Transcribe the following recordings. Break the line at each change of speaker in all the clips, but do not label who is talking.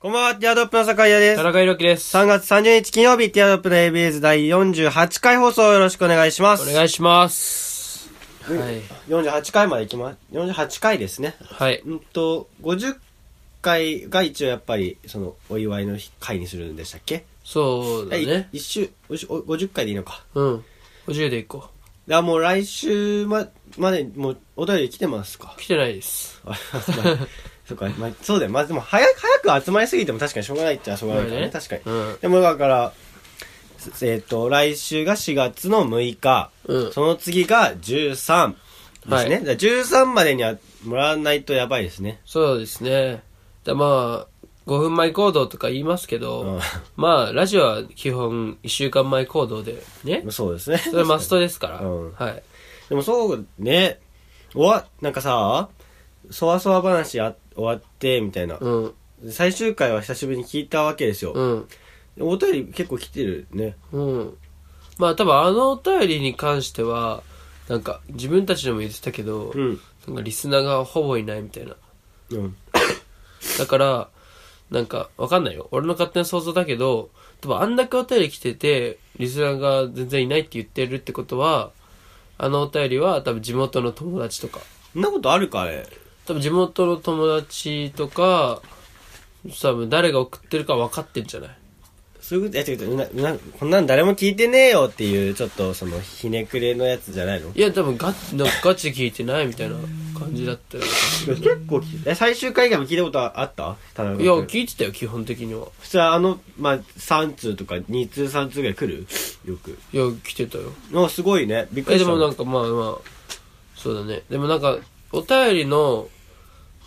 こんばんは、ティアドロップの坂井優です
田。中裕樹です。
3月30日金曜日、ティアドロップの ABS 第48回放送よろしくお願いしま
お
す。
願いします。はい。
48回まで行きま、48回ですね。
はい。
うんと、50回が一応やっぱり、その、お祝いの日回にするんでしたっけ
そうだね
え。一週、おしお50回でいいのか。
うん。50で行こ
だからもう来週ま、まで、もう、お便り来てますか
う。。来てないです。
あまあそうか、まあ、そうだよ。まあ、でも、早く、早く集まりすぎても確かにしょうがないっちゃしょうがないからね。
まあね
確かに。
うん
でも、だから、すえっ、と、来週が4月の6日、
うん
その次が13ですね。だから
は
13までにはもらわないとやばいですね。
そうですね。だまあ、5分前行動とか言いますけど、
うん
まあ、ラジオは基本1週間前行動で、ね。
そうですね。
それはマストですから。
うん
はい。
でも、そうね。おわ、なんかさ、そわそわ話あ終わって、みたいな、
うん。
最終回は久しぶりに聞いたわけですよ。
うん。
お便り結構来てるね。
うん。まあ、多分あのお便りに関しては、なんか、自分たちでも言ってたけど、
うん。
なんかリスナーがほぼいないみたいな。
うん。
だから、なんか、わかんないよ。俺の勝手な想像だけど、多分あんだけお便り来てて、リスナーが全然いないって言ってるってことは、あのお便りは多分地元の友達とか、
そんなことあるか、あれ。
多分地元の友達とか、多分誰が送ってるか分かってんじゃない
そういうこと、いや違う違うなな、こんなん誰も聞いてねえよっていう、ちょっとその、ひねくれのやつじゃないの
いや、多分ガチ、なんかガチ聞いてないみたいな感じだったよ。
結構聞いえ、最終回以外も聞いたことあった田中
いや、
君
聞いてたよ、基本的には。
普通あの、まあ、3通とか2通3通ぐらい来るよく。
いや、来てたよ。
のすごいね。びっく
え
り
で
した。
もなんかまあまあそうだねでもなんかお便りの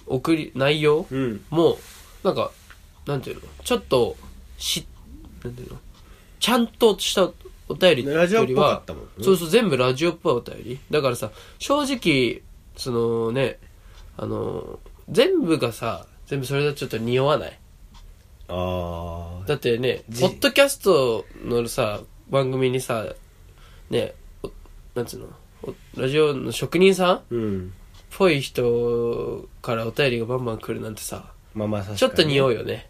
送り内容
うん。
もなんかなんていうのちょっとしなんていうのちゃんとしたお便りっていう
ラジオ
よ
っ
り
ぽか
は
ったもんうん
そうそう全部ラジオっぽいお便りだからさ正直そのねあの全部がさ全部それだとちょっと匂わない
あ
だってね、
じ
ポッドキャストのさ、番組にさ、ね、おなんつうの、おラジオの職人さんっ
ー。うん。
ぽい人からお便りがバンバン来るなんてさ、
まあまあ、確かに
ちょっと匂うよね。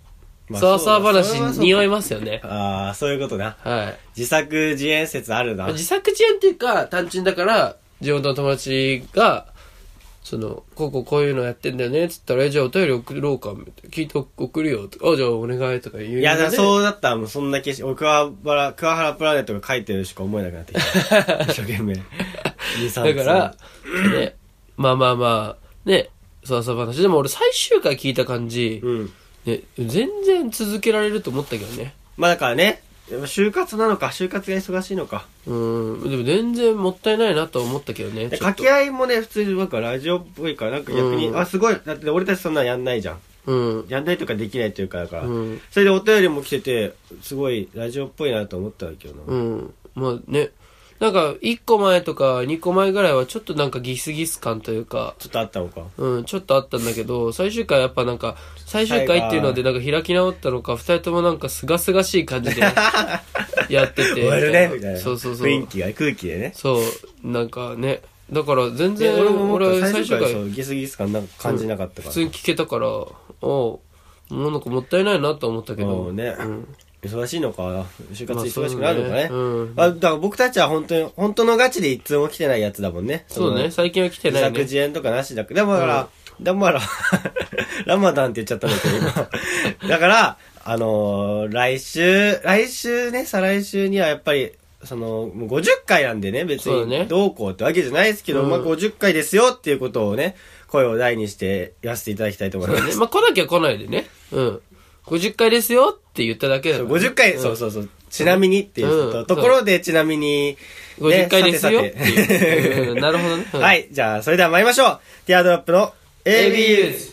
まあ
そわそわ
そうだそ
話
れはそうだ
匂いますよね。
ああ、そういうことな。
はい。
自作自演説あるな。
自作自演っていうか、単純だから、地元の友達が、その、こうこうこういうのやってんだよね、つったら、えじゃあお便り送ろうか、みたいな聞いて送るよ、とか、あ、じゃあお願いとか言うの
い
で。
や、だからそうだったらもうそんな景色、俺、桑原、桑原プラネットが書いてるしか思えなくなってき た。一生懸命。二三
だ
通
から、ね、まあまあまあ、ね、そわそわ話。でも俺最終回聞いた感じ、
うん。
ね、全然続けられると思ったけどね。
まあだからね、やっぱ就活なのか、就活が忙しいのか。
うん、でも全然もったいないなとは思ったけどね。ちょっ
掛
と
け合いもね、普通になんかラジオっぽいから、なんか逆に、
うん
あ、すごい。だって俺たちそんなんやんないじゃん。
うん。
やんないとかできないというか、だから、
うん
それでお便りも来てて、すごいラジオっぽいなと思ったけどな。
うん。まあね、なんか1個前とか2個前ぐらいはちょっとなんかギスギス感というか、
ちょっとあったのか。
うん、ちょっとあったんだけど、最終回やっぱなんか、最終回っていうのでなんか開き直ったのか、二人ともなんかすがすがしい感 じでやってて。
終わるね、みたいな。
そうそうそう。
雰囲気が、空気でね。
そう、なんかね、だから全
で
然、
俺も思っ
俺
た最
最終
初からそ
回、
うギスギス感なんか感じなかったか
普
ら。
通に聞けたから、おう、もうなんかもったいないなと思ったけ
も
ど、
うね、
ん
忙しいのか、就活
まあ
忙しくなるのかね。
そうだねうん
あだから僕たちは本当に、本当のガチで一通も来てないやつだもんね。
そうだね、最近は来て
自
ない
作
ね。
自演とかなしだけど、だから、だから、 ラマダンって言っちゃったんだけど、 今。だから、あのー来週、来週ね、再来週にはやっぱり、その、もう50回なんでね、別
そうだ
に
ね
どうこうってわけじゃないですけど、
うん
まあ50回ですよっていうことをね、声を大にして言わせていただきたいと思い
そう
ま
だ
す。
ねまあ来なきゃ来ないでね、うん。50回ですよって言っただけだ
そ
か
う
らね
50回、そうそうそう、ちなみにっていうこと,、
うん
ところで、ちなみに、ね
50回ですよっ
さ
て
てさて
いう。うんなるほどね。うん
は。い、じゃあ、それでは参りましょう。ティアドロップの ABU。
ABUs。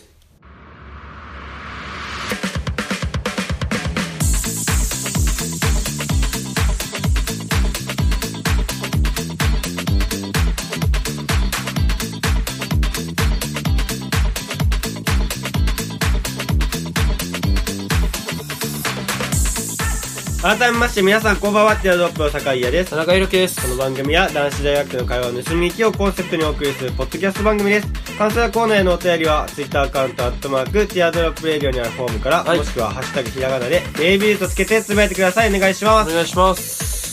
改めまして皆さんこんばんは、ティアドロップの坂井優です
田。中裕樹です
こ。の番組は男子大学の会話を盗み行きをコンセプトにお送りするポッドキャスト番組です。感想やコーナーへのお便りは、ツイッターアカウント、アットマーク、ティアドロップレディオにあるフォームから、
はい
もしくは、ハッシュタグひらがなで、AB とつけてつぶやいてください。お願いしま
お
す。
願いします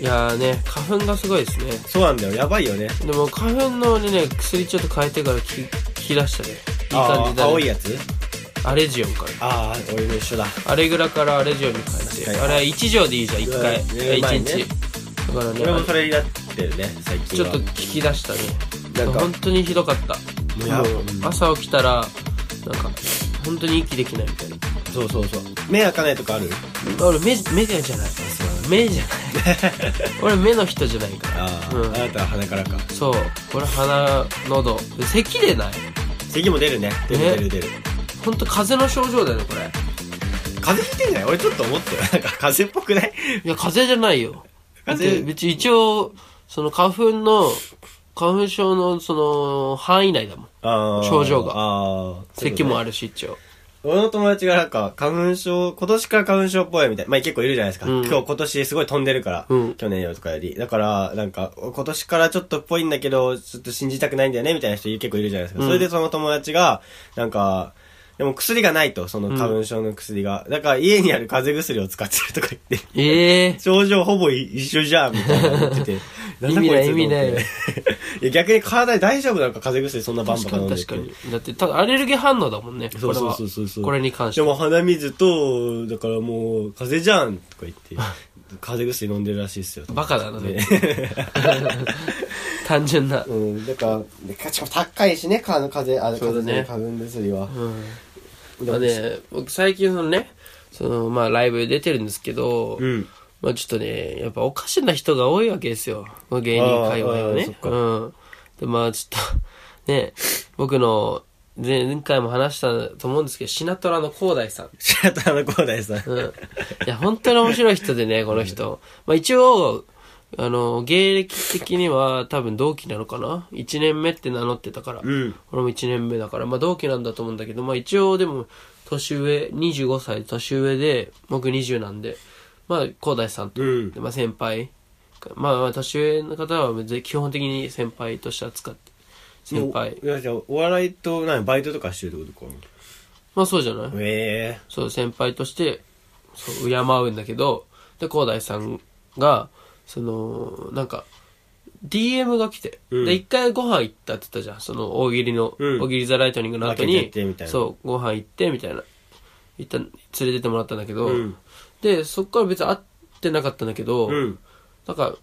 いやーね花粉がすごいですね
そうなんだよ。やばいよね。
でも花粉のね薬ちょっと変えてから聞きき出したねいい感じ
あー
だ
青い
ね
やつ
アレジオンから
ああ、俺も一緒だ。
アレグラからアレジオンに変え
確か
て
に
あれは1錠でいいじゃん1回
うん
1
うまいね
日だからね
俺もそれになってるね、最近
ちょ
は。
っと聞き出したね
なんか
本当にひどかった
いや
もう朝起きたらなんか本当に息できないみたいな
そうそうそう。目開かないとかある
俺目目じゃない目じゃ ない俺目の人じゃないから
ああ、
うん
あなたは鼻からか。
そう俺鼻喉咳でない
咳も出るね。出
ね
る出る出る。
本当風邪の症状だよねこれ
風邪ひいてんじゃない俺ちょっと思ったよ。なんか風邪っぽくない
いや風邪じゃないよだっ
風
て
邪
別に一応その花粉の花粉症のその範囲内だもん
あー
症状が
ああ。
咳もあ
る。
るし一応
俺の友達がなんか、花粉症、今年から花粉症っぽいみたいな。まあ結構いるじゃないですか。
うん
今日今年すごい飛んでるから。
うん
去年よりとかより。だから、なんか、今年からちょっとっぽいんだけど、ちょっと信じたくないんだよね、みたいな人結構いるじゃないですか。
うん
それでその友達が、なんか、でも薬がないと、その花粉症の薬が。だから家にある風邪薬を使ってるとか言って。
ええ
症状ほぼ一緒じゃん、みたいな言ってて。んだこつ
意味ない意味ない
と思って いや、逆に体大丈夫なのか、風邪薬そんなバン
確
バ
か
カ飲ん
に
でて
確かにだってただアレルギー反応だもんねこれ
そう
は
そうそうそう。
これに関して
で
は
も鼻水と、だからもう、風邪じゃんとか言っ て、風邪薬飲んでるらしいですよ。
バカだなね
ね
単純な
うん、だから、しかも高いしね、か風邪、あ、
そうだね
花粉薬は。
うん
で
ま
も
あね、僕最近そのね、そのまあライブ出てるんですけど、
うん。
まあちょっとね、やっぱおかしな人が多いわけですよ。まあ芸人界隈は
あーあーそっ
ね。
か
うん。で、まあちょっと、ね、僕の前前回も話したと思うんですけど、シナトラの広大さん。
白田の広大さん。
うん。いや、本当に面白い人でね、この人。まあ一応、あの、芸歴的には多分同期なのかな ?1 年目って名乗ってたから。
うん。
俺も1年目だから、まあ同期なんだと思うんだけど、まあ一応でも、年上、25歳年上で、僕20なんで、まあ、広大さんと、
うん
でまあ先輩、まあまあ年上の方は別に基本的に先輩として扱って、先輩。
もういやお笑いと、何、バイトとかしてるってことか。
まあそうじゃない
ええ
そう、先輩として、そう、敬うんだけど、で、広大さんが、その、なんか、DM が来て、
うん
で、一回ご飯行ったって言ったじゃん。その、大喜利の、
うん
大喜利ザライトニングの後
分けてや
に
ってみたい、な
そう、ご飯行って、みたいな。一旦連れてってもらったんだけど、
うん
で、そっから別に会ってなかったんだけど、
うん。
なんか、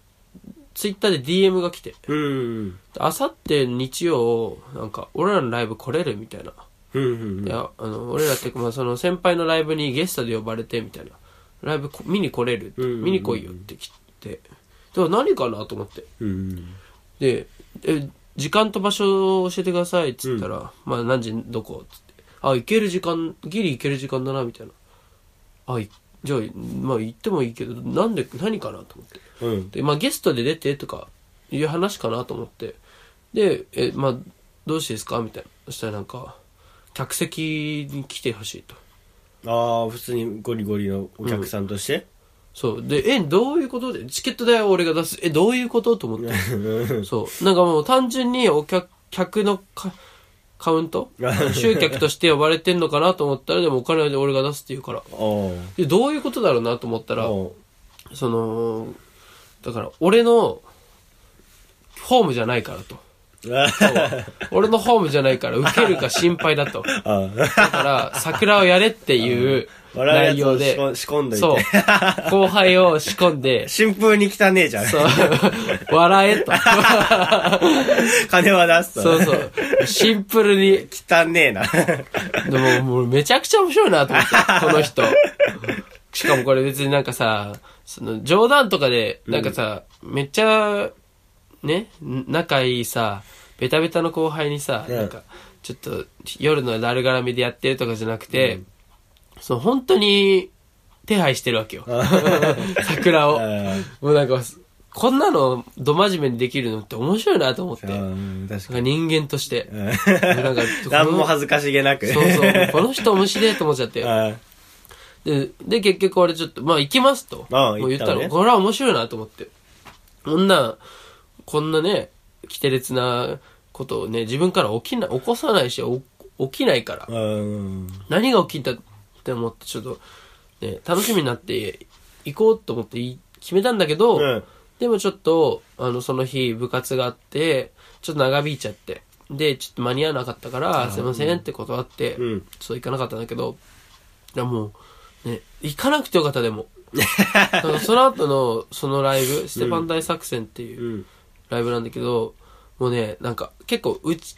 ツイッターで DM が来て、
うん。
あさって日曜、なんか、俺らのライブ来れるみたいな。
うん。うん
い。や、あの、俺らって、まあ、その先輩のライブにゲストで呼ばれて、みたいな。ライブこ見に来れるって、
うんうんうん
見に来いよって来て。でも何かなと思って。
うん。
で、え、時間と場所を教えてくださいっつったら、まあ何時どこっつって。あ、行ける時間、ギリ行ける時間だな、みたいな。あ、いじゃあ、まあ行ってもいいけど、なんで、何かなと思って。
うん。
で、まあゲストで出てとかいう話かなと思って。で、え、まあどうしてですかみたいな。そしたらなんか、客席に来てほしいと。
ああ、普通にゴリゴリのお客さんとして、
そう。で、え、どういうことで、チケット代は俺が出す。え、どういうことと思って。そう。なんかもう単純にお客、客のカカウン ト集客として呼ばれてんのかなと思ったら、でもお金は俺が出すって言うから。
お
で、どういうことだろうなと思ったら、
お
その、だから俺の、ホームじゃないからと。 俺のホームじゃないから受けるか心配だと。
あ
だから、桜をやれっていう
笑う
内
やつ
容
を仕
で、
込ん仕込んどいて。
そう。後輩を仕込んで、
新風に汚ねえじゃん。
そう、笑えと。
金は出すと。
そうそう。シンプルに。
汚ね えな。
でも、もうめちゃくちゃ面白いなと思って、この人。しかもこれ別になんかさ、その冗談とかで、なんかさ、めっちゃ、ね、仲いいさ、ベタベタの後輩にさ、
うん
なんか、ちょっと夜のだるがらみでやってるとかじゃなくて、その本当に手配してるわけよ。 桜を。もうなんか、こんなのど真面目にできるのって面白いなと思って。
うん確
なん
か
か人間として。
に。
なんか、
何も恥ずかしげなく。
そうそう。この人面白いと思っちゃって。
あ
で、で、結局俺ちょっと、まあ行きますと。
ああ
もう
言
言った
ったのね
ら、これは面白いなと思って。こんな、こんなね、キテレツなことをね、自分から起きな、起こさないし、お起きないから、
うん。
何が起きたって思って、ちょっと、ね、楽しみになって、行こうと思ってい決めたんだけど、
うん
でもちょっと、あの、その日部活があって、ちょっと長引いちゃって、で、ちょっと間に合わなかったから、すいませんって断って、
うん
ちょっと行かなかったんだけど、いやもう、ね、行かなくてよかった でも。だからその後の、そのライブ、ステパン大作戦っていう、
うん。
ライブなんだけど、もうね、なんか、結構、うち、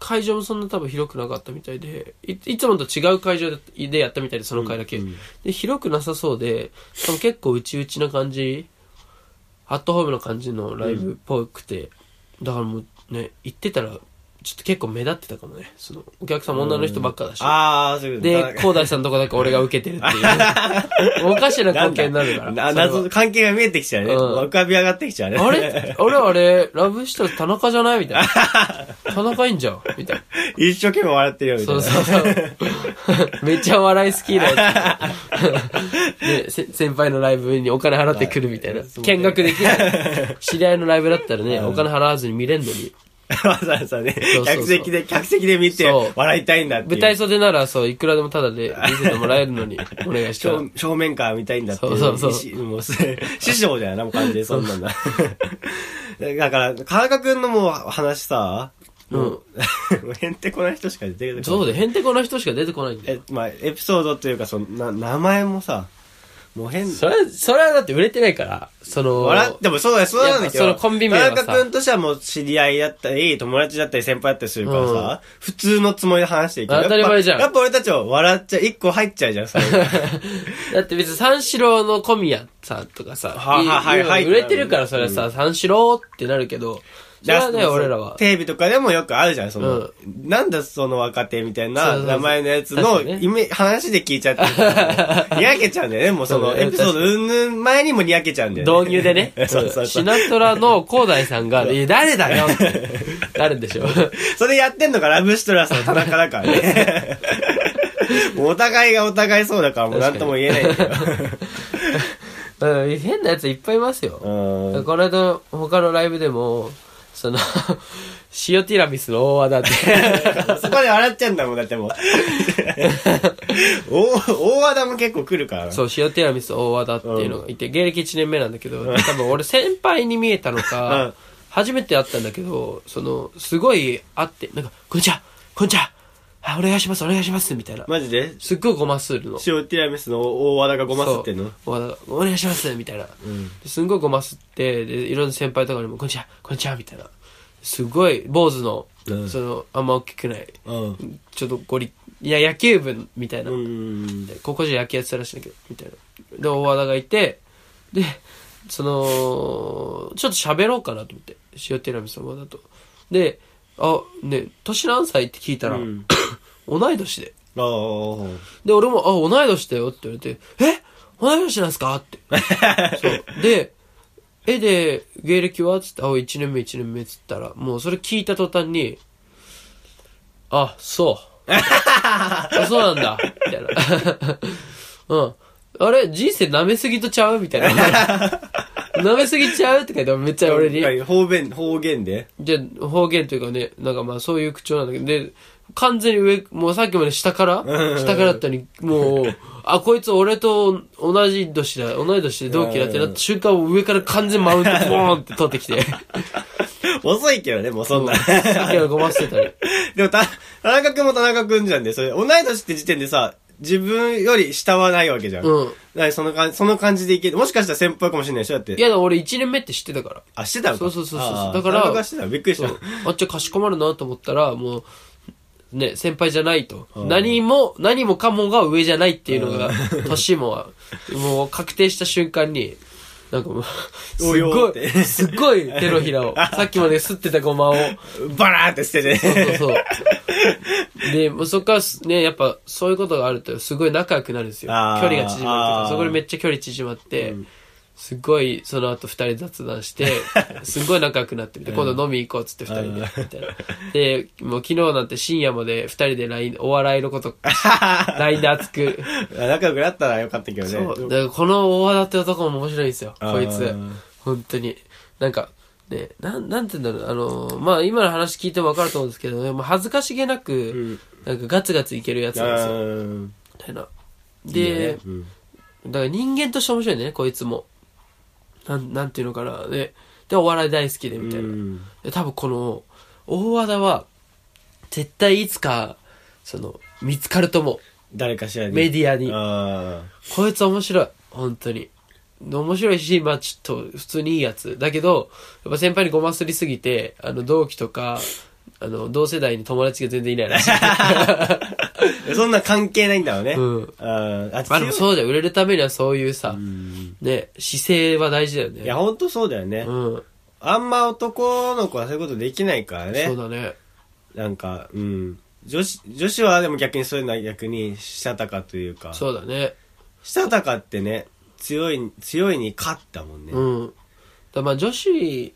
会場もそんな多分広くなかったみたいで、いいつもと違う会場ででやったみたいで、その回だけ。で、広くなさそうで、多分結構うちうちな感じ、アットホームな感じのライブっぽくて、だからもうね、行ってたら、ちょっと結構目立ってたかもね。その、お客さんも女の人ばっかだし。
ああ、そういうこと
で、広大さんのとこだけ俺が受けてるって いう。おかしな光景になるから。
な
それは
謎、関係が見えてきちゃうね。
うん
浮かび上がってきちゃうね。
あれあれあれラブしたら田中じゃないみたいな。田中いいんじゃんみたい
一生懸命笑ってるよ、
な。
みたい
そう
な。
そうそう。めっちゃ笑い好きなやつ。でせ先輩のライブにお金払ってくるみたいな。
そう
見学できない。知り合いのライブだったらね、お金払わずに見れんのに。
わざわざね
そうそう、
客席で、客席で見て
そう
笑いたいんだっていう。
舞台袖ならそう、いくらでもタダで見せてもらえるのに、お願いしたら
正。正面から見たいんだっていう。
そうそうそう
し もうす師匠じゃないな、もう完全にそんなんだ。 だから、川中くんのもう話さ、
うん
もう へんてこな人しか出てこない。
そうで、へんてこな人しか出てこないんだよ。
え、まあ、エピソードというか、その、な、名前もさ、もう変
それは、それはだって売れてないから、その、
笑ってもそうだよ、そうなんだけど。
やっぱそのコンビ名はさ
田中くんとしてはもう知り合いだったり、友達だったり、先輩だったりするからさ、普通のつもりで話していけど
当たり前じゃん
やっぱやっぱ俺たちは笑っちゃう、一個入っちゃうじゃん、そ れ。
だって別に三四郎の小宮さんとかさ、
はいはいはい
い売れてるからそれはさ、三四郎ってなるけど、それはね、俺らは。
テレビとかでもよくあるじゃん、その、
うん
なんだその若手みたい
そう
な
そうそう
名前のやつ
確
の、
かにね
イメ話で聞いちゃってる から、にやけちゃうんだよね、もうそ
そ
の、
うね
エピソードうんぬん前にもにやけちゃうんだよね。。
導入でね
そうそうそ
シ
う。
ナトラの広大さんが、いや誰だよって、 なるんでしょ。
それやってんのがラブシトラスの田中だから ね。もうお互いがお互いそうだからもうなんとも言えないんだけ ど。
うん変なやついっぱいいますよ。
うん
この間、他のライブでも、その、 塩ティラミスの大和田って、
そこで笑っちゃうんだもん、だってもう。 大大和田も結構来るからな。
そう、塩ティラミス大和田っていうのがいて、芸歴1年目なんだけど、多分俺先輩に見えた の
う
か
ん、
初めて会ったんだけど、その、すごい会って、なんか、こんにちはこんにちはあ、お願いしますお願いしますみたいな。
マジです
っごいごまするの。
塩ティラミスの大和田がごますってんの
そう大和田がお願いしますみたいな。ですんごいごますって、で、いろんな先輩とかにも、こんにちはこんにちはみたいな。すごい、坊主の
うん、
その、あんま大きくない、
うん。
ちょっとゴリ、いや、野球部みたいな。
うん。
で高校時代野球やってたらしいんだけど、みたいな。で、大和田がいて、で、その、ちょっと喋ろうかなと思って、塩ティラミスの大和田と。で、あ、ね、年何歳って聞いたら、
うん
同い年で。
ああ。
で、俺も、あ、同い年だよって言われて、え同い年なんすかって。そう。で、え、で、芸歴はつって、あ、1年目、1年目っつったら、もうそれ聞いた途端に、あ、そう。あ、そうなんだ。みたいな。 うん。あれ人生舐めすぎとちゃうみたいな。舐めすぎちゃうって書いて、めっちゃ俺に。
方言、方言で
で、方言というかね、なんかまあそういう口調なんだけど、で、完全に上、もうさっきまで下から、下からだったのに、もう、あ、こいつ俺と同じ年だ、同い年で同期だってなった瞬間、上から完全マウントボーンって取ってきて、
遅いけどね、もうそんな。
さっきのごま捨てたり。
でもた、田中君も田中君じゃんで、それ、同い年って時点でさ、自分より下はないわけじゃん。
うん。
だからその感じ、その感じでいける。もしかしたら先輩かもしれないでしょだって。
いやだ、俺1年目って知ってたから。
あ、してたのか
そうそうそうそう
あー
だから
田中してたのびっくりし
そ
た。
う。あっちゃかしこまるなと思ったら、もう、ね、先輩じゃないと。何も、何もかもが上じゃないっていうのが、 年も、もう確定した瞬間に、なんかもう、すっ
およーっ
ご
て
い、すっごい手のひ らを、さっきまで吸ってたごまを、
バラーって捨て
そう
て。
そうそう。で、もうそっからすね、やっぱそういうことがあるとすごい仲良くなるんですよ。距
あー
離が縮まるとい
あ
うか
ー、
そこでめっちゃ距離縮まって、すごいその後二人雑談 して、すごい仲良くなってみて、今度飲み行こうっつって二人で、みたいな。で、もう昨日なんて深夜まで二人で LINE、お笑いの こと、LINE で熱く。
あ仲良くなったらよかったけどね。
そう。だからこの大和田って男も面白いんですよ、
あー
こいつ。本当に。なんか、ね、なん、なんて言うんだろう、あのー、まあ、今の話聞いても分かると思うんですけどね、まあ、恥ずかしげなく、
ん。
なんかガツガツいけるやつなんですよ、
うん
みたいな。
いいよね
で、
うん
だから人間として面白いね、こいつも。なん、なんていうのかな、で、で、お笑い大好きで、みたいな。
うん
で多分この、大和田は、絶対いつか、その、見つかると思
誰かしら
う。
に。
メディアに。
あ
こいつ面白い。本当に。面白いし、まあちょっと、普通にいいやつ。だけど、やっぱ先輩にごますりすぎて、あの、同期とか、あの、同世代に友達が全然いな いらしい。
あ。そんな関係ないんだろうね。
うん
ああ、
まあでも
う。
そうじゃん、売れるためにはそういうさ
う、ん
ね、姿勢は大事だよね。
いや、ほんとそうだよね。
うん。
あんま男の子はそういうことできないから
そう
ね。
だね。
なんか、うん。女子、女子はでも逆にそういうのは逆に、したたかというか。
そうだね。
したたかってね、強い、強いに勝ったもんね。
うん。だからまあ女子、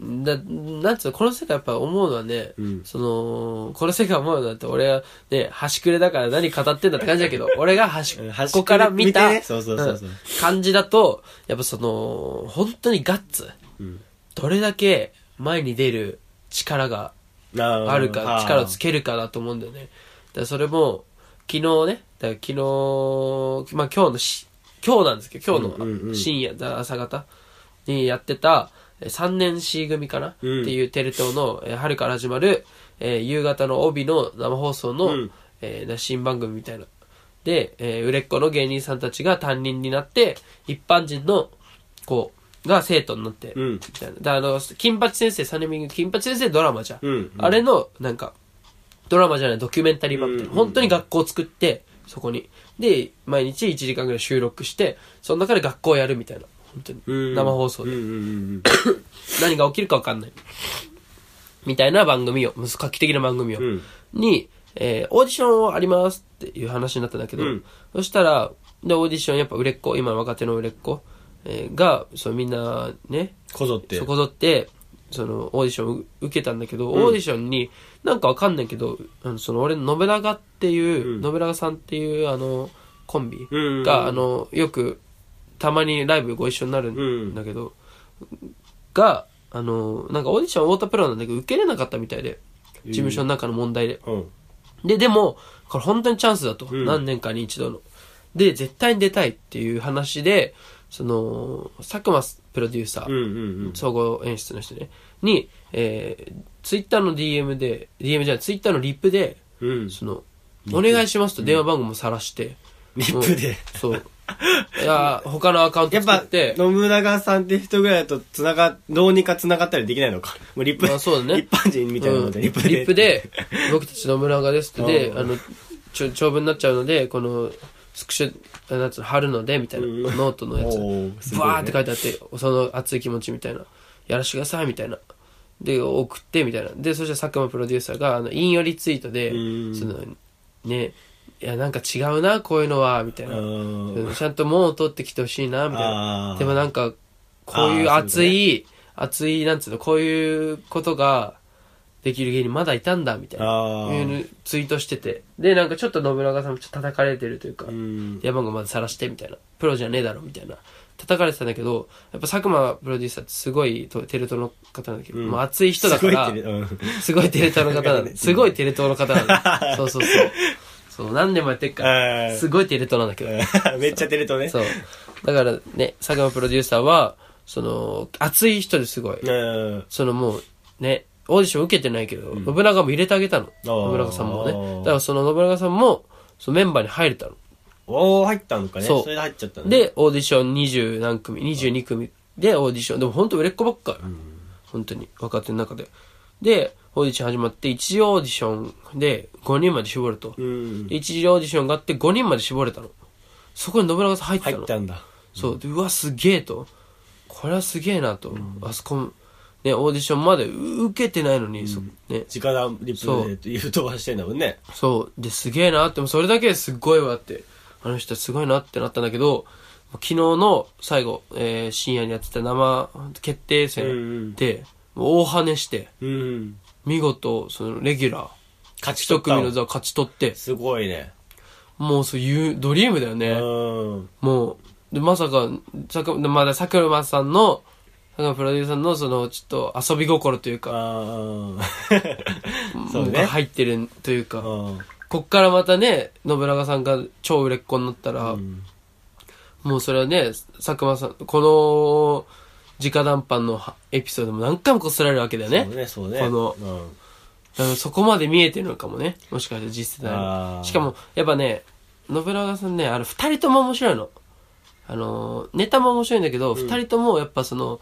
ななんつうの、この世界やっぱ思うのはね、
うん
その、この世界思うのはって俺はね、端くれだから何語ってんだって感じだけど、 俺が端
うん
っ
端
こ
っこか
からら
見
見
た
た、
そうそうそうそうん
感じだと、やっぱその、本当にガッツ、
ん
どれだけ前に出る力が
な
あるか、力をつけるかだと思うんだよね。だからそれも、昨日ね、だから昨日、まあ今日のし、今日なんですけど、今
うんうん
日
う
の
ん
深夜、だ朝方にやってた、えー三年 C 組かな、
うん
っていうテレ東の、えー春から始まる、えー夕方の帯の生放送の、
うん
えーな新番組みたいな。で、えー売れっ子の芸人さんたちが担任になって、一般人の子が生徒になって、
うん
みたいな。で、あの、金八先生、サネミング、金八先生ドラマじゃん。
うんうん
あれの、なんか、ドラマじゃない、ドキュメンタリー版みたいな。
うんうん
本当に学校を作って、そこに。で、毎日1時間ぐらい収録して、その中で学校をやるみたいな。本当に。
うん
生放送
うん
で。
うんうん
何が起きるか分かんない。みたいな番組を、画期的な番組を。
うん
に、えーオーディションをありますっていう話になったんだけど、
うん
そしたら、で、オーディションやっぱ売れっ子、今の若手の売れっ子、えーが、そうみんなね、
こぞって。
そこぞって、その、オーディションう受けたんだけど、オーディションに、なんかわかんないけど、あのその、俺、信長っていう、
うん
信長さんっていう、あの、コンビ
うんうん
が、あの、よく、たまにライブご一緒になるんだけど、が、あの、なんかオーディション太田プロなんだけど、受けれなかったみたいで、
えー
事務所の中の問題で。
うん。
で、でも、これ本当にチャンスだと。
うん
何年かに一度の。で、絶対に出たいっていう話で、その、佐久間プロデューサー、
うんうんうん。
総合演出の人ね、に、えー、ツイッターの DM で、DM じゃない、ツイッターのリップで、
うん。
その、お願いしますと電話番号もさらして、
リップで。
そう。いやー、他のアカウント
やっぱ
作っ、て、
信長さんって人ぐらいだと、つなが、どうにか繋がったりできないのか。もうリップ、
まあそうだね
一般人みたいな
う
の
ん
で、
リップで、僕たち信長ですって、で、
うん
あの、ちょ、長文になっちゃうので、この、スクショ、あなんつうの貼るので、みたいな、
うん
ノートのやつ、
おーすごいね
バーって書いてあって、その熱い気持ちみたいな、やらしてください、みたいな。で、送って、みたいな。で、そしたら佐久間プロデューサーが、あの、引用リツイートで、
うん
その、ね、いや、なんか違うな、こういうのは、みたいな。
うん
ちゃんと門を取ってきてほしいな、みたい
あ
な。
ー
でもなんか、こういう
あーそ
熱
ういうことね
い、熱い、なんつうの、こういうことができる芸人まだいたんだ、みたいな。
あー
いうツイートしてて。で、なんかちょっと信長さんもちょっと叩かれてるというか、
うん。
山がまで晒して、みたいな。プロじゃねえだろ、みたいな。叩かれてたんだけど、やっぱ佐久間プロデューサーってすごいとテレ東の方なんだけど、
うん
もう熱い人だか
す
ら、
ごいってねうん
すごいテレ東の方なんだ。 すごいテレ東の方なんだ。そうそうそう。そう、何年もやってっか
あー
ら、すごいテレ東なんだけど。
めっちゃ出るとね。
そう。だからね、佐久間プロデューサーは、その、熱い人ですごい。
うん。
そのもう、ね、オーディション受けてないけど、信長も入れてあげたの。信長さんもね。だからその信長さんも、そのメンバーに入れたの。
おー、入ったのかね。
そ
そうれで入っちゃったね。、
で、オーディション20何組、22組でオーディション。でも本当売れっ子ばっかよ。本当に、若手の中で。で、オーディション始まって、1次オーディションで5人まで絞ると。
うん。
1次オーディションがあって5人まで絞れたの。そこに信長さん入ってた
入
の。
ったんだ。
そう、でうわ、すげえと。これはすげえなと。あそこ、ね、オーディションまでう受けてないのに、そね、
直談リップで言うとはしてんだもんね。
そう、で、すげえなって、もうそれだけですっごいわって、あの人すごいなってなったんだけど、昨日の最後、えー深夜にやってた生決定
うん
戦
うん
で、もう大跳ねして、
うん。
見事、その、レギュラー、
勝ち取
一
ったわ
組の座を勝ち取って、
すごいね。
もうそういう、ドリームだよね。
うん。
もう、で、まさか、さくまだ、桜間さんの、だからプロデューサーのその、ちょっと遊び心というか、
ああ、そう
が
ね。
入ってるという
う
か、
ん
こっからまたね、信長さんが超売れっ子になったら、
うん
もうそれはね、佐久間さん、この、直談判のエピソードも何回もこすられるわけだよね
そう。ね、そうね。
この
うん
だからそこまで見えてるのかもね。もしかして実世
あ
代の。
ー
しかも、やっぱね、信長さんね、あの、二人とも面白いの。あの、ネタも面白いんだけど、二、人ともやっぱその、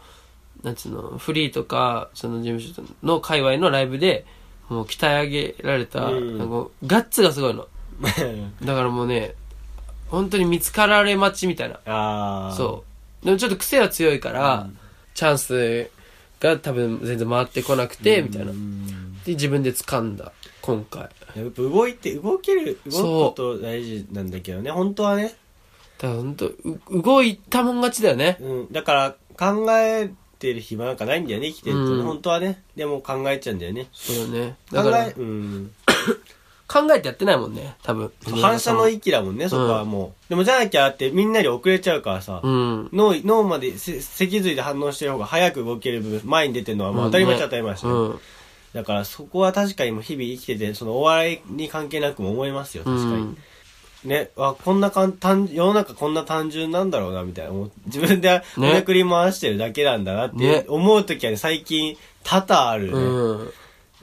なんつうの、フリーとか、その事務所の界隈のライブで、もう鍛え上げられた、
うん
なんかガッツがすごいの。だからもうね、本当に見つかられ待ちみたいな。
ああ。
そう。でもちょっと癖は強いから、チャンスが多分全然回ってこなくて、みたいな
う。ん。
で、自分で掴んだ、今回。
やっぱ動いて、動ける、動く
そう
こと大事なんだけどね、本当はね。
だから本当う動いたもん勝ちだよね。
うん。だから、考えてる暇なんかないんだよね、生きてると
う
ね。
ん
本当はね。でも考えちゃうんだよね。
そうだね。
考
だから、
え、うん。
考えてやってないもんね、多分。
反射の域だもんね、そこはもう。でもじゃなきゃってみんなより遅れちゃうからさ
う。ん。
脳、脳までせ脊髄で反応してる方が早く動ける分、前に出てるのはまあ当たり前っちゃ当たり前だしね
うん。
だからそこは確かにもう日々生きてて、そのお笑いに関係なくも思いますよ、確かに
うん。
ね、あ、こんな簡単、世の中こんな単純なんだろうな、みたいな。もう自分でお
ね
役に回してるだけなんだなって、
ね
思うときはね、最近多々あるね。
うん。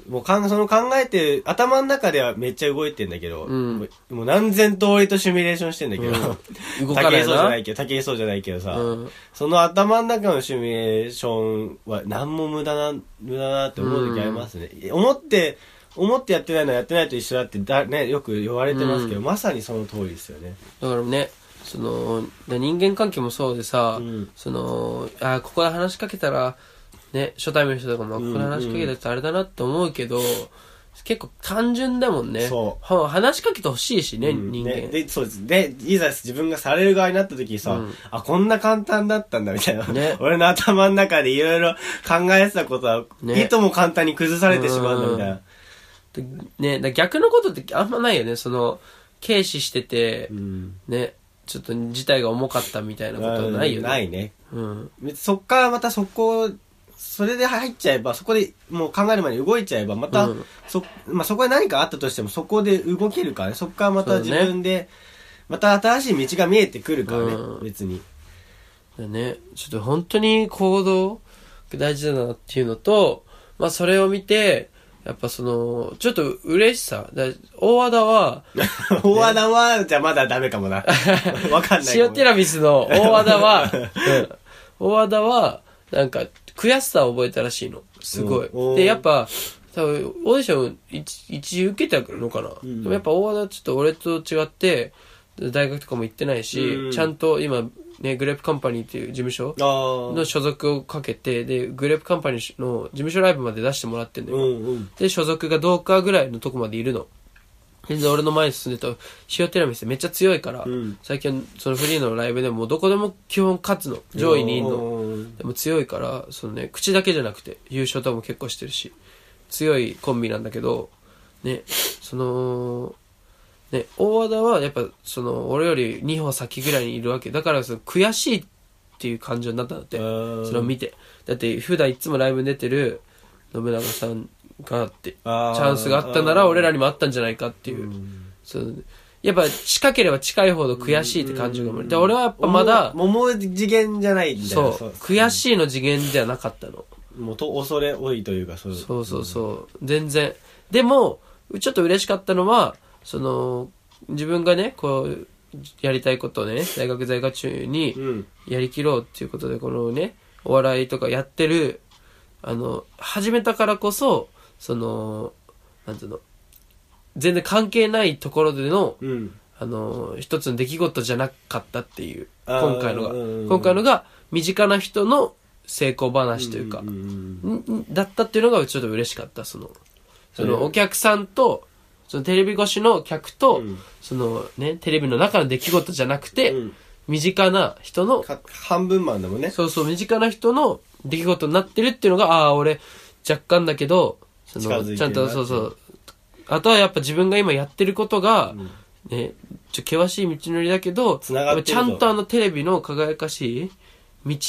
もうかんその考えてる、頭の中ではめっちゃ動いてんだけど、
うん
もうもう何千通りとシミュレーションしてんだけど、
うん 動かないな
竹井壮じゃないけど、竹井壮じゃないけどさ、
うん
その頭の中のシミュレーションは何も無駄な、無駄だなって思う時ありますね。思って、思ってやってないのはやってないと一緒だってだ、ね、よく言われてますけど、
う
まさにその通りですよね。
だからね、その、で人間関係もそうでさ、
うん
その、あーここで話しかけたら、ね、初対面の人とかも、こ
うん
こで話しかけたらあれだなって思うけど、結構単純だもんね。。
そう
話しかけてほしいしね、
うん
人間。
ねで、そうです。で、いざ自分がされる側になった時にさ、
うん
あ、こんな簡単だったんだみたいな。
ね
俺の頭の中でいろいろ考えてたことは、
ね
いとも簡単に崩されてしまうんだみたいな。
でね、だ逆のことってあんまないよね。その、軽視してて、
うん
ね、ちょっと事態が重かったみたいなことはないよ
うん
ね。
ないね。
うん。
そっからまたそこ、それで入っちゃえば、そこでもう考える前に動いちゃえば、また、
うん
そ、まあ、そこで何かあったとしても、そこで動けるからね。そこからまた
そう
自
だね
分で、また新しい道が見えてくるからね。
うん
別に。
だね、ちょっと本当に行動が大事だなっていうのと、まあそれを見て、やっぱその、ちょっと嬉しさ。だ大和田は、
大和田は、じゃあまだダメかもな。わかんない。
塩ティラミスの大和 田は、うん大和田は、なんか、悔しさを覚えたらしいの。すごい
うんお。ー
で、やっぱ、多分、オーディション一一時受けたのかな。
ん
でもやっぱ大和田はちょっと俺と違って、大学とかも行ってないし、
うん
ちゃんと今、ね、グレープカンパニーっていう事務所
あー
の所属をかけて、で、グレープカンパニーの事務所ライブまで出してもらってんだよ。
うんうん。
で、所属が同化ぐらいのとこまでいるの。全然俺の前に進んでた塩ティラミスめっちゃ強いから、
うん
最近そのフリーのライブでもどこでも基本勝つの。上位にいるの。でも強いから、そのね、口だけじゃなくて、優勝とも結構してるし、強いコンビなんだけど、ね、その、ね、大和田はやっぱ、その、俺より2歩先ぐらいにいるわけ。だから、その、悔しいっていう感情になったんだって。
うん
それを見て。だって、普段いつもライブに出てる、信長さんがあって、チ
あー
ャンスがあったなら俺らにもあったんじゃないかっていう。そのやっぱ、近ければ近いほど悔しいって感情が生まれる。で、俺はやっぱまだ、
桃次元じゃないみたいな。
そう。悔しいの次元ではなかったの。
う。もうと、恐れ多いというか、そう。
そうそうそう。全然。でも、ちょっと嬉しかったのは、その、自分がね、こう、やりたいことをね、大学在学中
う
に
ん。
やりきろうっていうことで、このね、お笑いとかやってる、あの、始めたからこそ、その、なんていうの、全然関係ないところでの、
うん。
あの、一つの出来事じゃなかったっていう、
あー
今回のが。
うん
今回のが、身近な人の成功話というか
ん、ん
んんだったっていうのがちょっと嬉しかった。その、そ
うん
のお客さんと、そのテレビ越しの客と、
うん
そのね、テレビの中の出来事じゃなくて、
うん
身近な人の、
か半分マンだもんね。
そうそう、身近な人の出来事になってるっていうのが、ああ、俺、若干だけど、そ
近づい
の、
てるな
ちゃんと、そうそう。あとはやっぱ自分が今やってることが、ね、ちょ、険しい道のりだけど、
繋がってると
ちゃんとあのテレビの輝かしい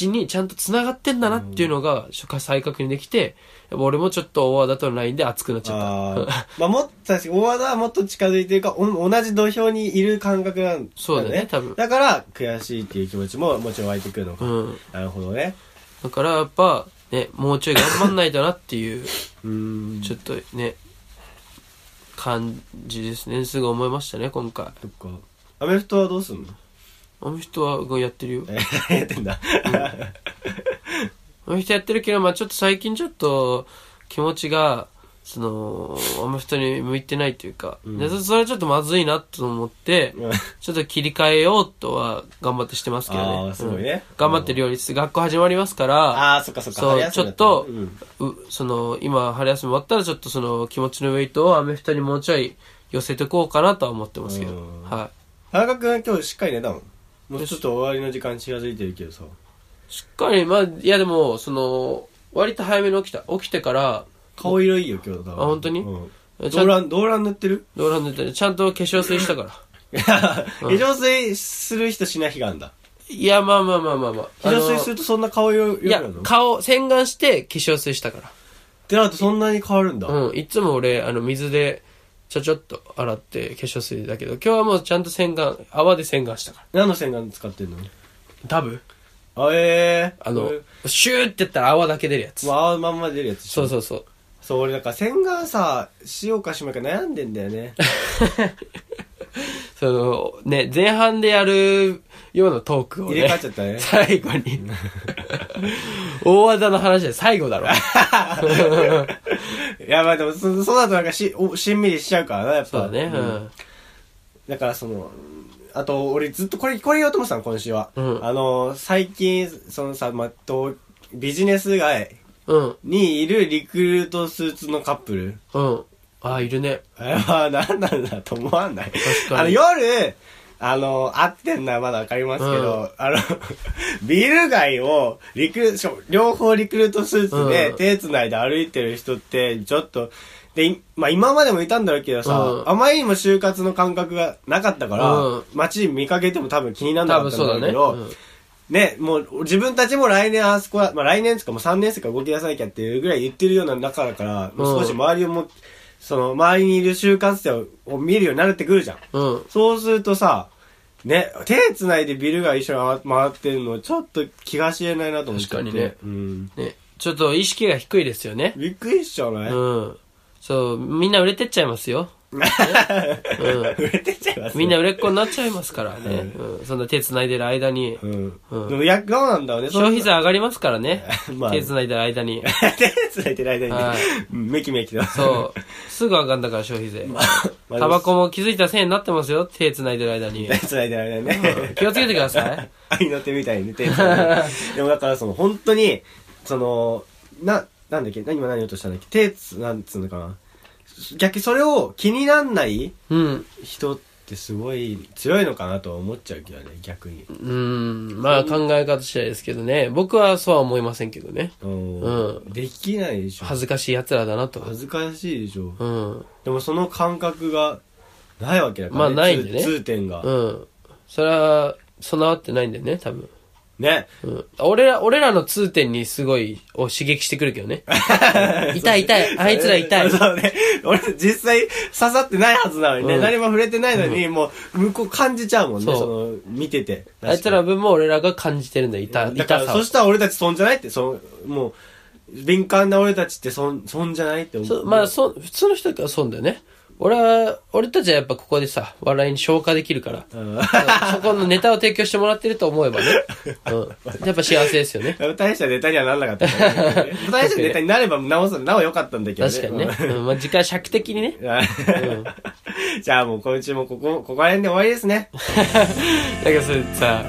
道にちゃんと繋がってんだなっていうのが、初回再確認できて、やっぱ俺もちょっと大和田とのラインで熱くなっちゃ
あ
った。
ー まあもっと確かに大和田はもっと近づいてるかお同じ土俵にいる感覚なんだ、ね、
そうだね多分
だから悔しいっていう気持ちももちろん湧いてくるのか、
うん。
なるほどね
だからやっぱ、ね、もうちょい頑張んないとなっていう、
うーん
ちょっとね、感じですね。すぐ思いましたね、今回。
そっかアメフトはどうすんの
あの人はやってるよ。
やってんだ、
アメフトやってるけど、まあちょっと最近ちょっと気持ちが、その、アメフトに向いてないというか、
うん
でそそれはちょっとまずいなと思って、ちょっと切り替えようとは頑張ってしてますけどね。
あーすごいね
うん頑張ってるように、学校始まりますから、
ああそっかそっか
そう
春休みだた
ちょっと
ねうん
うその、今、春休み終わったらちょっとその気持ちのウェイトをアメフトにもうちょい寄せてこうかなとは思ってますけど、
うん
は
田中君は今日しっかり寝たもんもうちょっと終わりの時間近づいてるけどさ
い。しっかり、まあ、いやでも、その、割と早めに起きた。起きてから、
顔色いいよ今日だ
あ本当に
うん
ち
動
ゃんと、
乱動乱塗ってる
ドーランドでちゃんと化粧水したか ら。
化粧水する人しない日があるんだ
いや、まあまあまあまあまあ。
化粧水す
あ
るとそんな顔色良
のい
くな
や
るの、っ
顔、洗顔して化粧水したか
てなるとそんなに変わるんだ
ら。うん。いつも俺、あの、水で、ちょちょっと洗って化粧水だけど、今日はもうちゃんと洗顔、泡で洗顔したから。
何の洗顔使ってんの
ダブ
あええー、
あの、シューってやったら泡だけ出るやつ。
まあ、あのまんま出るやつ
そう
う
そうそう。
そう俺なんか洗顔さしようかしまいか悩んでんだよ ね
その、ね、前半でやるようなトークをね。
入れ替わっちゃったね
最後に。 大技の話で最後だろ。
いやまあでもそそうだとなんかしおしんみりしちゃうからなやっぱ
そうだね。うんん。
だからその、あと俺ずっとこれ、これ言おうと思ってたの、今週は。
うん
あの、最近、そのさ、まあ、とビジネス街
うん。
にいるリクルートスーツのカップル。
うん。ああ、いるね。
あれは何なんだと思わない。
かに
あの、夜、あの、会ってんのはまだわかりますけど、
う
あの、 ビル街を、リクル、しかも両方リクルートスーツで
うん
手繋いで歩いてる人って、ちょっと、で、いまあ今までもいたんだろうけどさ、
うん
あまりにも就活の感覚がなかったから、
うん
街見かけても多分気にならな
多
かっ
分
た
そ
ん
う
だ
だ
ろうけど、
ね。うん
ね、もう自分たちも来年あそこは、まあ来年つかもう3年生から動き出さなきゃっていうぐらい言ってるような中だから、もう少し周りをも、その周りにいる就活生を見るようになれてくるじゃん。
うん。
そうするとさ、ね、手繋いでビルが一緒に回ってるのちょっと気が知れないなと思ってて。
確かにね
うん。
ね、ちょっと意識が低いですよね。
びっくりしちゃう
う
ね。
ん。そう、みんな売れてっちゃいま すよ。うん
売れてっちゃいますね
みんな売れっ子になっちゃいますからね。
う
うん、そんな手繋いでる間に。
うん。
うん
でも、や、どうなんだろうね。。
消費税上がりますからね
まあ
手繋いでる間に。
そんな 手繋いでる間にね
はい、
メキメキと。
そう。すぐ上がんだから消費税。
まあ
タバコも気づいたら1000円になってますよ。手繋いでる間に
手。繋いでる間にね。
気をつけてくだ さい。
愛の手みたいにね、手つ ないででもだからその、本当に、その、な、なんだっけ、何今何言おうとしたんだっけ、手つ、なんつうのかな。逆にそれを気になんない
うん。
人ってすごい強いのかなとは思っちゃうけどね、逆に。
うん。まあ考え方次第ですけどね。僕はそうは思いませんけどね。
うんできないでしょ。
恥ずかしい奴らだなと。
恥ずかしいでしょ。
うん。
でもその感覚がないわけだから、
まあないんでね
通通点が。
うん。それは、備わってないんだよね、多分。
ね。
うん。俺ら、俺らの痛点にすごい、を刺激してくるけど ね。痛い痛い、あいつら痛い。
そうね。俺実際刺さってないはずなのにね、
うん
何も触れてないのに、もう向こう感じちゃうもんね、
そう
その、見てて。
あいつらの分も俺らが感じてるんだよ、痛、
だか
痛
ら、
さを
そしたら俺たち損じゃないって、その、もう、敏感な俺たちって損、損じゃないって思。
そうう。まあ、そ、普通の人からそうだよね。俺は、俺たちはやっぱここでさ、笑いに消化でき るから。
うん
そこのネタを提供してもらってると思えばね。うん。やっぱ幸せですよね。
大したネタにはならなか ったね、大したネタになれば、なおさなお良かったんだけどね。
確か にね。うん、まあ、時間尺的にね。
うん。じ ゃあもう今週もここ、ここら辺で終わりですね。
なんかそれさ、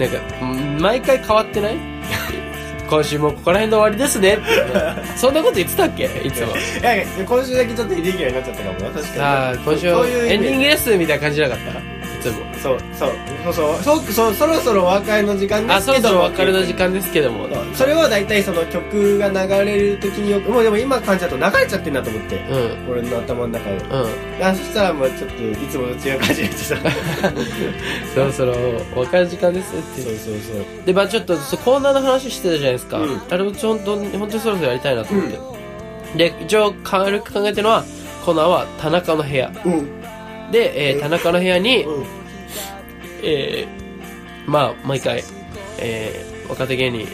なんか、ん毎回変わってない 今週もここら辺で終わりですねってね。そんなこと言ってたっけいつも。
いや今週だけちょっとイレギュラーになっちゃったかもな、確かに。
ああ、今週
そ
は
ういう
エ
イ
ン
メー
デ
ジ
ィングですみたいな感じじゃなかったいつも。
そうそうそうそうそうそうそろそろお別れの時間で
あ、
す
そ
け
ろ
ど
そろお別れの時間ですけども。
そうそれは大体その曲が流れる時によくもうでも今感じだと流れちゃってんだと思って、
うん。
俺の頭の中で
うん。
あそしたらもうちょっといつもと違う感じになっちゃった
そろそろお別れの時間ですって
そうそうそう
でまあちょっとそうコーナーの話してたじゃないですか、
うん
あれもちょ本当に本当にそろそろやりたいなと思って、で一応軽く考えてるのはコーナーは田中の部屋
うん
で、えー田中の部屋に、
うん
えーまあ毎回、えー若手芸人、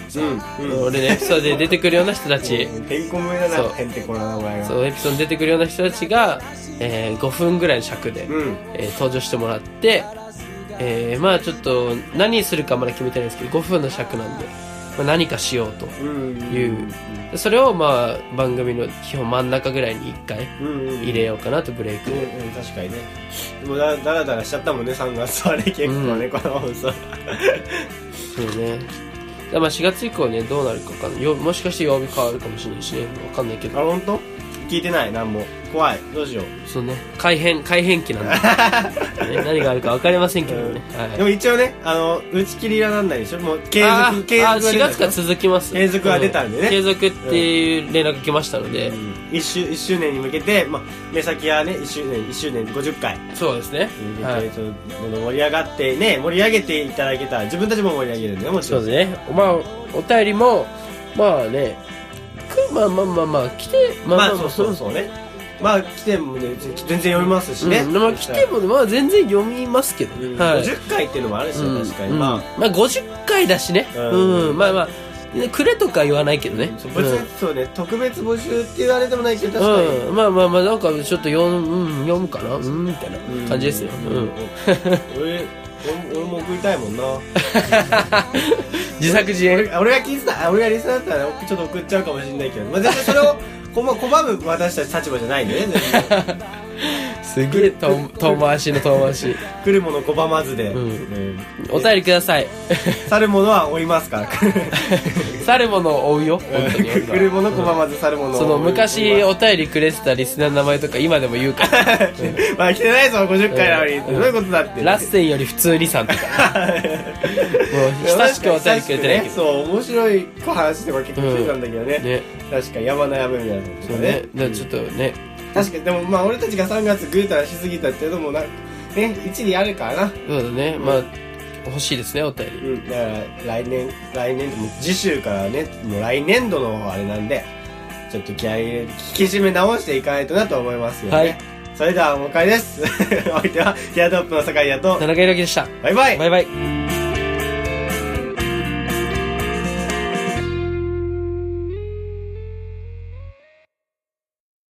うんうん
俺のエピソードで出てくるような人たち、
てんこ盛りだ
そ
な
う
てんてこな名前が
そうエピソードに出てくるような人たちが、えー5分ぐらいの尺で、
うん
えー登場してもらって、えーまあちょっと何するかまだ決めてないんですけど5分の尺なんで、まあ、何かしようと
うん
いうでそれをまあ番組の基本真ん中ぐらいに1回
うんうん
入れようかなとブレイク
うんうん確かにねでもだだらだらしちゃったもんね3月はね結構ね、
う
この放送
そうねだまあ4月以降ねどうなるかわかんないよもしかして曜日変わるかもしれないしねわかんないけ
あ
ど
本当聞いてない何も怖いどうしよう
そうね改変改変期なん で、ね、何があるか分かりませんけどね、はい
でも一応ね、あの、打ち切りはなんないでしょもう継
あー
続、継続
あ
は
ー
出
4
た
月から続きます
継続は出たんでね
う継続っていう連絡来ましたので、
1周、一周年に向けて、まあ、目先はね、1周年、一周年50回
そうですね
ということで、
はい
ちょっと盛り上がってね、盛り上げていただけたら、自分たちも盛り上げるんだよ、もち
そ
ろん。
うですねまあお便りもまあねくまあまあまあまあ来てま
まあ、そうそうそうね。まあ、来てもね、全然読みますしね。
うんまあ来てもねまあ全然読みますけどね、
うん、
はい
50回っていうのもあるしね、
うん
確か
う
に。
ん
まあ、
まあ50回だしね
う
うんん、まあまあくれとか言わないけどね
そう別に、そうね、特別募集って言われてもないけど、確かに。
うん、まあまあまあなんかちょっと読,、うん、読むかなうんみたいな
うん
感じですよ、うん
うん俺、俺俺も送りたいもんな。
自作自演
俺が聞いてたあ俺がリスナーだったらちょっと送っちゃうかもしれないけど、まあ、全然それを こま拒む私たち立場じゃないん でね全然
すげえ遠遠回しの遠 回し
来るもの拒まずで、
う
う
ん
ん
お便りください
去る者は追いますから
去るものを追うよ本当に
来る者拒まず去る者を追い
その昔
追い
お便りくれてたリスナーの名前とか今でも言うから
ますまあ来てないぞ50回なのに、
うん
どういうことだって
ラ ッセンより普通にさんとかもう親しくお便りくれてないけ
ねそう面白い話とか結構聞いたんだけどね,、
どね
確かに山のやめみたいなこと
そう
か
ね
ね
だからちょっとね
確かにでもまあ俺たちが3月ぐーたらしすぎたっていうのもなんかね一理あるからな
そうだねまあ欲しいですねお便り
うん、だから来年来年もう次週からねもう来年度のあれなんでちょっと気合い入れ引き締め直していかないとなと思いますよね、
はい
それではお別れですお相手はティアドロップの酒井屋と
田中裕樹でした
バイバイ
バイバイ